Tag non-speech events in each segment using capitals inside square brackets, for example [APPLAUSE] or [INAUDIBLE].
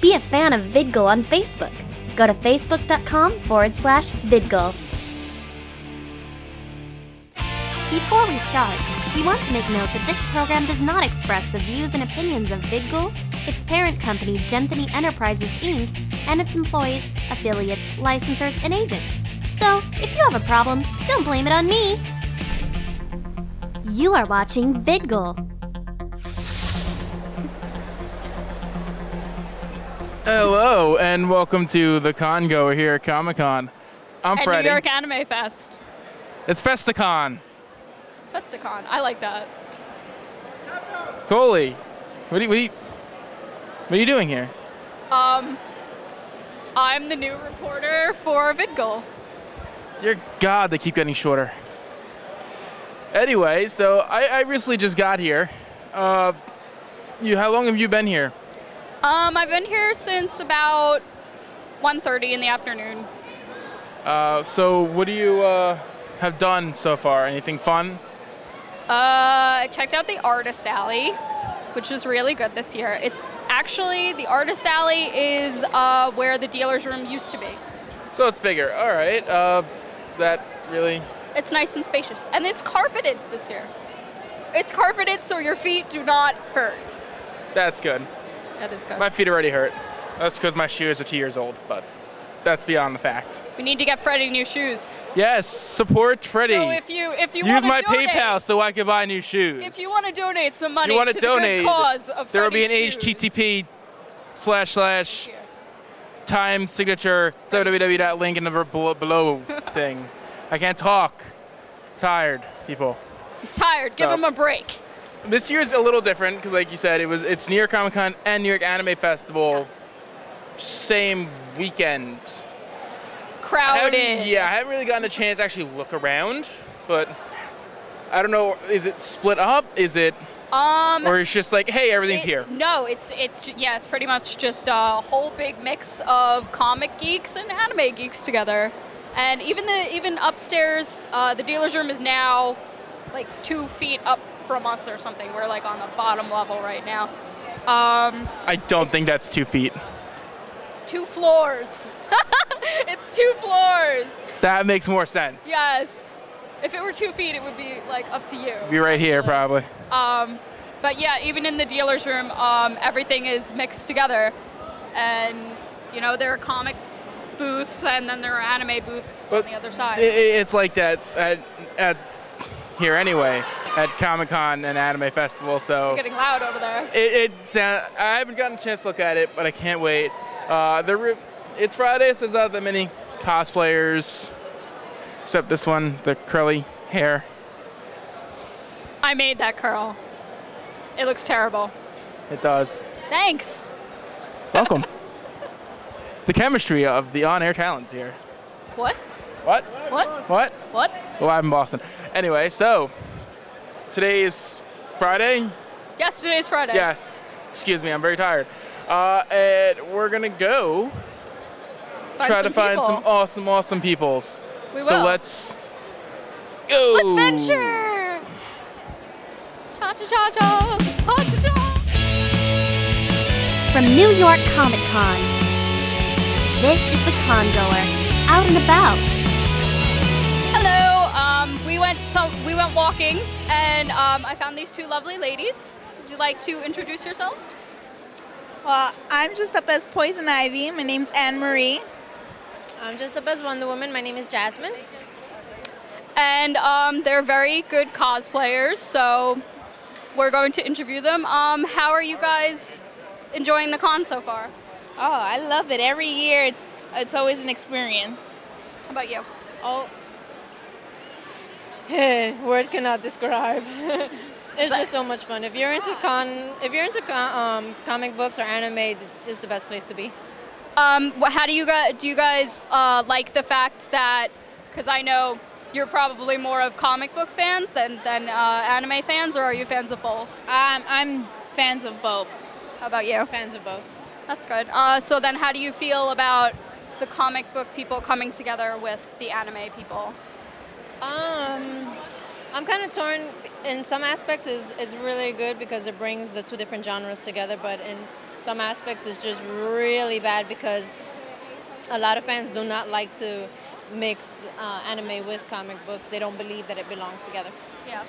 Be a fan of VidGull on Facebook. Go to facebook.com forward slash VidGull. Before we start, we want to make note that this program does not express the views and opinions of VidGull, its parent company Genthany Enterprises Inc., and its employees, affiliates, licensors, and agents. So, if you have a problem, don't blame it on me. You are watching VidGull. Hello and welcome to the Congo here at Comic Con. I'm At Freddie. New York Anime Fest. It's Festicon. Festicon. I like that. Coley, what are, you, what, are you, what are you doing here? Um, I'm the new reporter for VidGull. Dear God, they keep getting shorter. Anyway, so I, I recently just got here. Uh, you, how long have you been here? Um, I've been here since about 1.30 in the afternoon. Uh, so what do you uh, have done so far? Anything fun? Uh, I checked out the Artist Alley, which is really good this year. It's actually, the Artist Alley is uh, where the dealer's room used to be. So it's bigger. All right. Uh, is that really? It's nice and spacious. And it's carpeted this year. It's carpeted so your feet do not hurt. That's good. That is good. My feet already hurt. That's because my shoes are two years old, but that's beyond the fact. we need to get Freddie new shoes. Yes, support Freddie. So if you if you Use wanna my donate, PayPal so I can buy new shoes. If you want to donate some money You wanna to donate? the good cause of there will be an Freddy's shoes. HTTP slash slash Here. time signature www.link in the ver- below, [LAUGHS] below thing. I can't talk. Tired people. He's tired. Give So- him a break. This year's a little different because, like you said, it was it's New York Comic Con and New York Anime Festival Yes. same weekend. I haven't- Crowded. yeah, I haven't really gotten a chance to actually look around, but I don't know. Is it split up? Is it Um. or it's just like, hey, everything's it- here. No, it's it's ju- yeah, it's pretty much just a whole big mix of comic geeks and anime geeks together, and even the even upstairs, uh, the dealer's room is now like two feet up from us or something. We're like on the bottom level right now. Um, I don't think that's two feet. two floors. [LAUGHS] it's two floors. That makes more sense. Yes. If it were two feet, it would be like up to you. Be right here, actually. probably. Um, but yeah, even in the dealer's room, um, everything is mixed together, and you know there are comic booths and then there are anime booths But on the other side. I- i- it's like that s- at, at here anyway, at Comic Con and Anime Festival. So it, Getting loud over there. it sound, I haven't gotten a chance to look at it, but I can't wait. Uh, the re- it's Friday, so there's not that many cosplayers, except this one, the curly hair. I made that curl. It looks terrible. It does. Thanks. Welcome. [LAUGHS] the chemistry of the on-air talents here. What? What? What? What? What? Live in Boston. Anyway, so today is Friday. Yesterday's Friday. Yes. Excuse me, I'm very tired. Uh, and we're gonna go Find try to some find some people. awesome, awesome peoples. We so will. let's go. Let's venture. Cha cha cha cha. Cha cha cha. From New York Comic Con, this is the Congoer, out and about. Hello. Um, we went so we went walking, and um, I found these two lovely ladies. Would you like to introduce yourselves? Well, I'm just up as Poison Ivy. My name's Anne Marie. I'm just up as Wonder Woman. My name is Jasmine. And um, they're very good cosplayers, so we're going to interview them. Um, how are you guys enjoying the con so far? Oh, I love it. Every year, it's it's always an experience. How about you? Oh, Words cannot describe. [LAUGHS] it's that- just so much fun. If you're into con, if you're into con, um, comic books or anime, th- this is the best place to be. Um, wh- how do you guys do? You guys uh, like the fact that because I know you're probably more of comic book fans than than uh, anime fans, or are you fans of both? um, I'm fans of both. How about you? Fans of both. That's good. Uh, so then, how do you feel about the comic book people coming together with the anime people? Um, I'm kind of torn. In some aspects, is is really good because it brings the two different genres together. But in some aspects is just really bad because a lot of fans do not like to mix uh, anime with comic books. They don't believe that it belongs together. Yeah.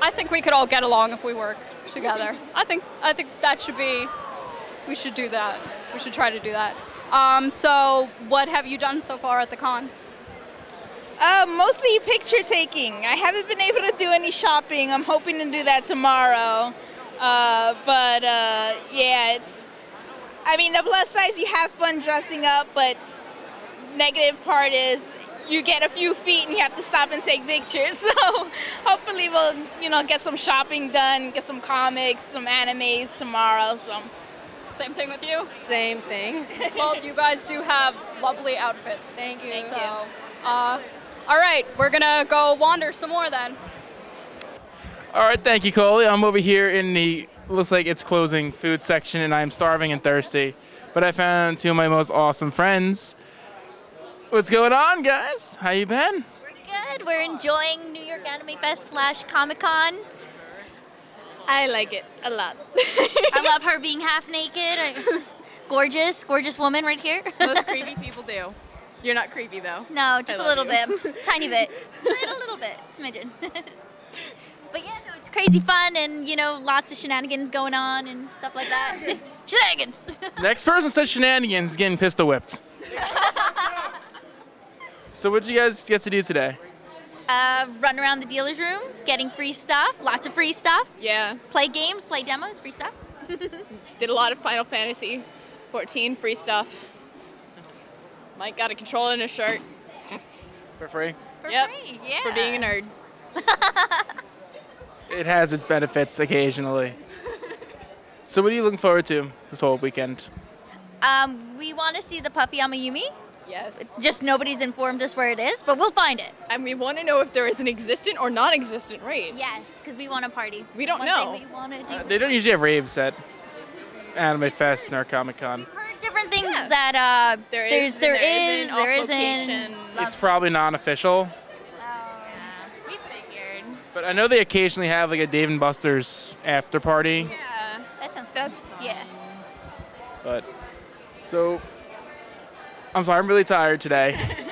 I think we could all get along if we work together. I think I think that should be. We should do that. We should try to do that. Um, so, what have you done so far at the con? Uh, mostly picture taking. I haven't been able to do any shopping. I'm hoping to do that tomorrow. Uh, but uh, yeah, it's. I mean, the plus size, you have fun dressing up, but negative part is you get a few feet and you have to stop and take pictures. [LAUGHS] So hopefully we'll, you know, get some shopping done, get some comics, some animes tomorrow. So Same thing with you. Same thing. [LAUGHS] [LAUGHS] well, you guys do have lovely outfits. Thank you. so, Uh, all right, we're gonna go wander some more then. All right, thank you, Coley. I'm over here in the looks like it's closing food section, and I'm starving and thirsty. But I found two of my most awesome friends. What's going on, guys? How you [LAUGHS] been? Good. We're enjoying New York Anime Fest slash Comic Con. I like it a lot. [LAUGHS] I love her being half naked. I- it's just gorgeous, gorgeous woman right here. Most creepy people do. You're not creepy though. no, just a love little bit, tiny bit, little little bit, smidgen. [LAUGHS] but yeah, so it's crazy fun, and you know, lots of shenanigans going on and stuff like that. shenanigans. [LAUGHS] Next person says shenanigans is getting pistol [LAUGHS] whipped. so what'd you guys get to do today? uh, run around the dealer's room, getting free stuff, lots of free stuff. Yeah. Play games, play demos, free stuff. Did a lot of Final Fantasy 14 free stuff. Mike got a controller and a shirt For free. For Yep. free, yeah. for being a nerd. It has its benefits [LAUGHS] occasionally. so what are you looking forward to this whole weekend? Um, we want to see the puppy Amayumi. Yes. Just nobody's informed us where it is, but we'll find it. And we want to know if there is an existent or non-existent raid. Yes, because we want to party. We don't One know. Thing we want to do. They don't usually have raves at Anime Fest nor Comic Con. We've heard different things that uh, There there's is. and there there is isn't, there off isn't. location. It's probably non-official, Um, We figured. but I know they occasionally have like a Dave and Buster's after party. Yeah. That sounds That's fun. yeah. But so I'm sorry, I'm really tired today. [LAUGHS]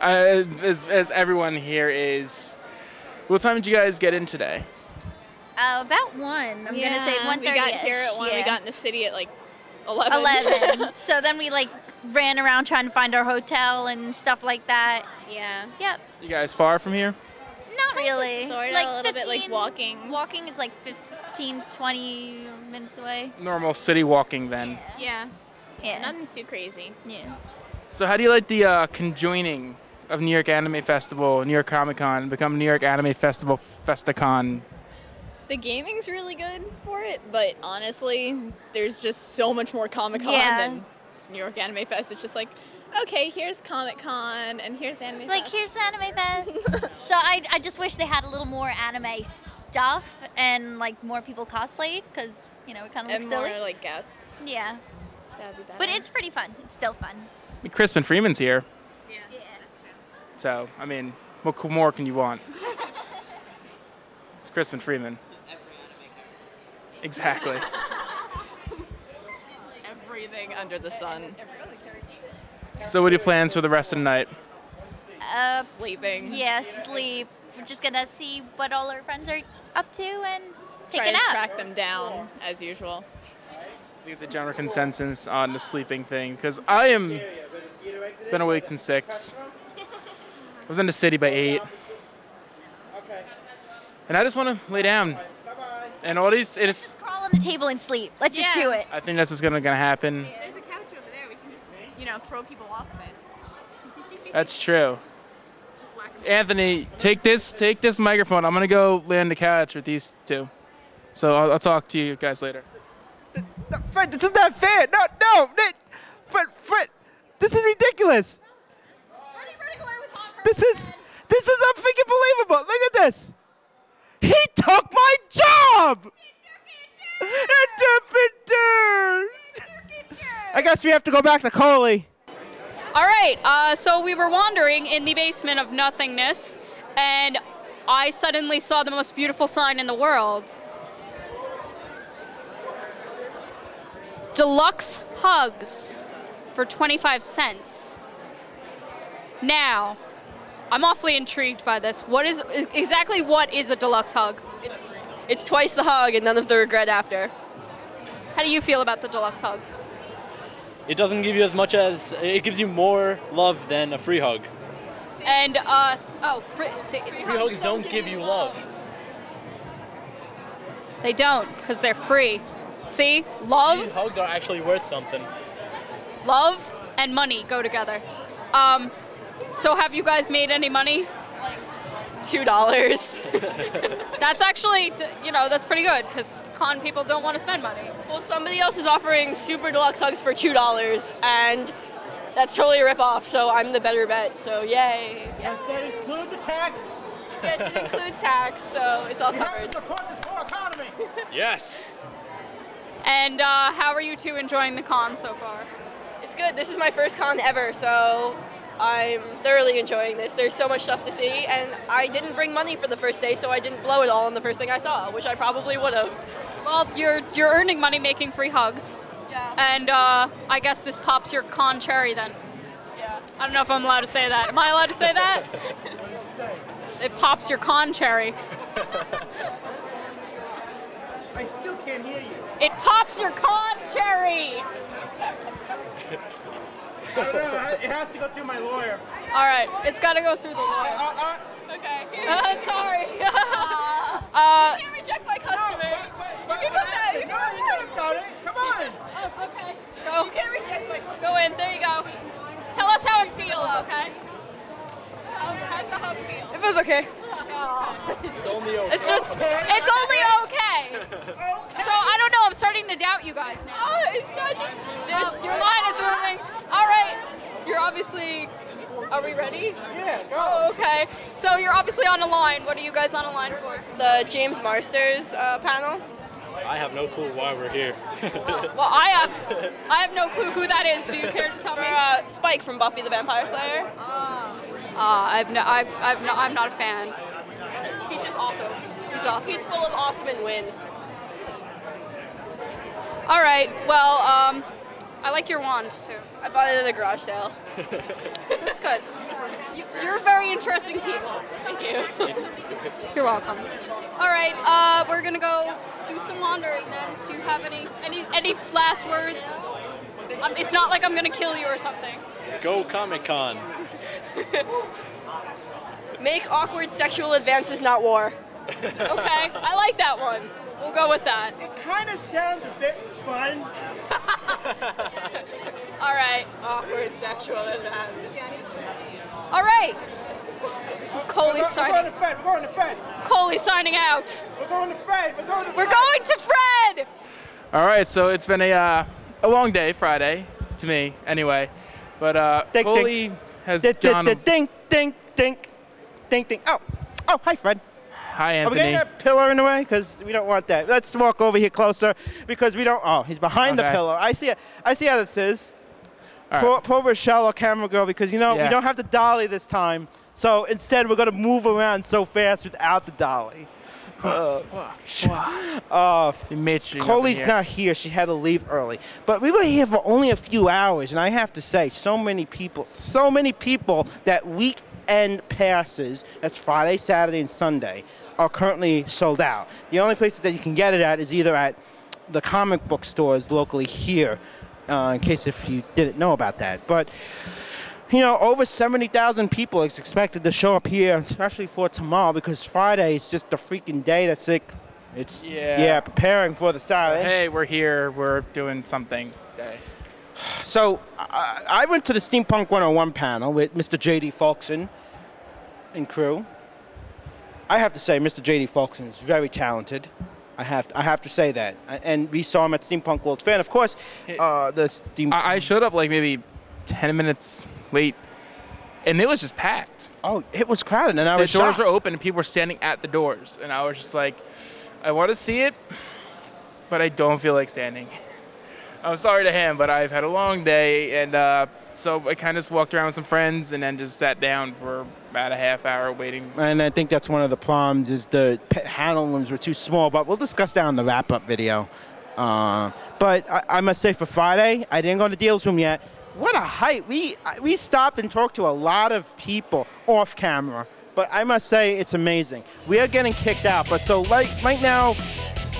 I, as, as everyone here is. What time did you guys get in today? Uh, about one. I'm gonna say one we thirty. got here at one. Yeah. We got in the city at like 11. [LAUGHS] eleven. so then we like ran around trying to find our hotel and stuff like that. yeah. Yep. You guys far from here? Not really. Sort of like a little bit like 15 walking. Walking is like 15, 20 minutes away. Normal city walking then. Yeah. Yeah. Nothing too crazy. yeah. So how do you like the uh, conjoining of New York Anime Festival, New York Comic Con, become New York Anime Festival Festacon? The gaming's really good for it, but honestly, there's just so much more Comic Con Yeah. than New York Anime Fest. It's just like, okay, here's Comic Con and here's Anime Like Fest. here's the anime fest. so I, I just wish they had a little more anime stuff and like more people cosplayed because you know it kind of and looks more silly. like guests. Yeah, That'd be better. but it's pretty fun. It's still fun. Crispin Freeman's here, Yeah. so I mean, what co- more can you want? it's Crispin Freeman. Exactly. everything under the sun. So, what are your plans for the rest of the night? Uh, Sleeping. yeah, sleep. We're just gonna see what all our friends are up to and take Try it to out. track them down as usual. I think it's a general consensus on the sleeping thing because I am been awake since six. I was in the city by eight, and I just want to lay down. And all these, and it's. Crawl on the table and sleep. Let's just Yeah. do [LAUGHS] it. I think that's what's gonna gonna happen. There's a couch over there. We can just, you know, throw people off of it. [LAUGHS] That's true. Anthony, take this, take this microphone. I'm gonna go lay on the couch with these two. So I'll, I'll talk to you guys later. No, Fred, this is not fair. No, no, Nick. Fred, Fred, this is ridiculous. This is, this is unfreaking believable. Look at this. He took my job. I guess we have to go back to Coley. All right, uh, so we were wandering in the basement of nothingness, and I suddenly saw the most beautiful sign in the world. deluxe hugs for 25 cents. Now, I'm awfully intrigued by this. What is is- exactly what is a deluxe hug? It's twice the hug and none of the regret after. How do you feel about the deluxe hugs? It doesn't give you as much as it gives you more love than a free hug. And uh oh, free, Free hugs don't give you love. They don't because they're free. See, love These hugs are actually worth something. love and money go together. Um, so have you guys made any money? Two dollars. That's actually, th- you know, that's pretty good because con people don't want to spend money. well, somebody else is offering super deluxe hugs for two dollars, and that's totally a ripoff. So I'm the better bet. So yay! Does that include the tax? Yes, it includes tax, so it's all covered. support this whole economy. Yes. And uh, how are you two enjoying the con so far? It's good. This is my first con ever, so I'm thoroughly enjoying this. There's so much stuff to see, and I didn't bring money for the first day, so I didn't blow it all on the first thing I saw, which I probably would have. Well, you're you're earning money making free hugs, Yeah. and uh, I guess this pops your con cherry then. yeah. I don't know if I'm allowed to say that. Am I allowed to say that? It pops your con cherry. I still can't hear you. It pops your con cherry. I don't know. It has to go through my lawyer. All right, it's got to go through the lawyer. Uh, Okay. [LAUGHS] Uh, [LAUGHS] sorry. uh, can't reject my customer. you could have done it. Come on. Oh, okay. Go. Go in. There you go. Tell us how it feels, okay? How, how's the hug feel? It feels okay. It's only okay. It's just, it's only [LAUGHS] okay. So I don't know. I'm starting to doubt you guys now. Oh, it's not just this. Well, your line is moving. All right. You're obviously. Are we ready? Yeah, go. Oh, okay. So you're obviously on a line. What are you guys on a line for? The Uh, James Marsters uh, panel. I have no clue why we're here. Well, I have, I have no clue who that is. Do you care to tell me? For uh, Spike from Buffy the Vampire Slayer. Uh, I've no, I've, I've no, I'm not a fan. He's just awesome. He's awesome. He's full of awesome and win. All right. Well, um, I like your wand too. I bought it at a garage sale. That's good. You, you're very interesting people. Thank you. You're welcome. All right, uh, we're gonna go do some wandering then. Do you have any any any last words? Um, it's not like I'm gonna kill you or something. Go Comic Con. Make awkward sexual advances, not war. Okay, I like that one. We'll go with that. It kind of sounds a bit fun. All right, Awkward sexual advances. all right. This is Coley We're going signing. to Fred. We're going to Fred. Coley signing out. We're going to Fred. We're going to We're going to Fred. All right, so it's been a uh, a long day Friday to me, anyway. But uh, Dink, dink. Coley has gone. Fred. Dink, dink, dink, dink, dink. Oh, oh, hi, Fred. Hi, Are we Anthony. getting that pillar in the way? Because we don't want that. Let's walk over here closer because we don't. Oh, he's behind Okay. the pillow. I see. I see how this is. All right. Poor, poor Rochelle, our camera girl, because you know Yeah. we don't have the dolly this time. So instead, we're gonna move around so fast without the dolly. You made sure you got Coley's in here. not here. She had to leave early. But we were here for only a few hours, and I have to say, so many people, so many people that weekend passes, that's Friday, Saturday, and Sunday, are currently sold out. The only places that you can get it at is either at the comic book stores locally here, uh, in case if you didn't know about that. But you know, over 70,000 people is expected to show up here, especially for tomorrow, because Friday is just a freaking day that's like, it's, Yeah. yeah, preparing for the Saturday. Hey, we're here. We're doing something. Day. So I, I went to the Steampunk 101 panel with Mr. JD Falkson and crew. I have to say, Mr. JD Falkson is very talented. I have to, I have to say that. A- And we saw him at Steampunk World Fair. And of course, uh, the Steam. I, I showed up like maybe ten minutes late, and it was just packed. oh, it was crowded, and I The was doors shocked. were open, and people were standing at the doors, and I was just like, I want to see it, but I don't feel like standing. [LAUGHS] I'm sorry to him, but I've had a long day, and uh, so I kind of just walked around with some friends, and then just sat down for about a half hour waiting. And I think that's one of the problems is the p- handle rooms were too small. But we'll discuss that on the wrap-up video Um, but I, I must say, for Friday, I didn't go to the deals room yet. What a hype! We I- we stopped and talked to a lot of people off camera, but I must say it's amazing. We are getting kicked out, but so like right now,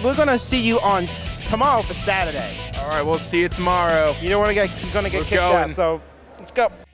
we're gonna see you on s- tomorrow for Saturday. All right, we'll see you tomorrow. You don't want to get you're gonna get We're kicked going. out, so let's go.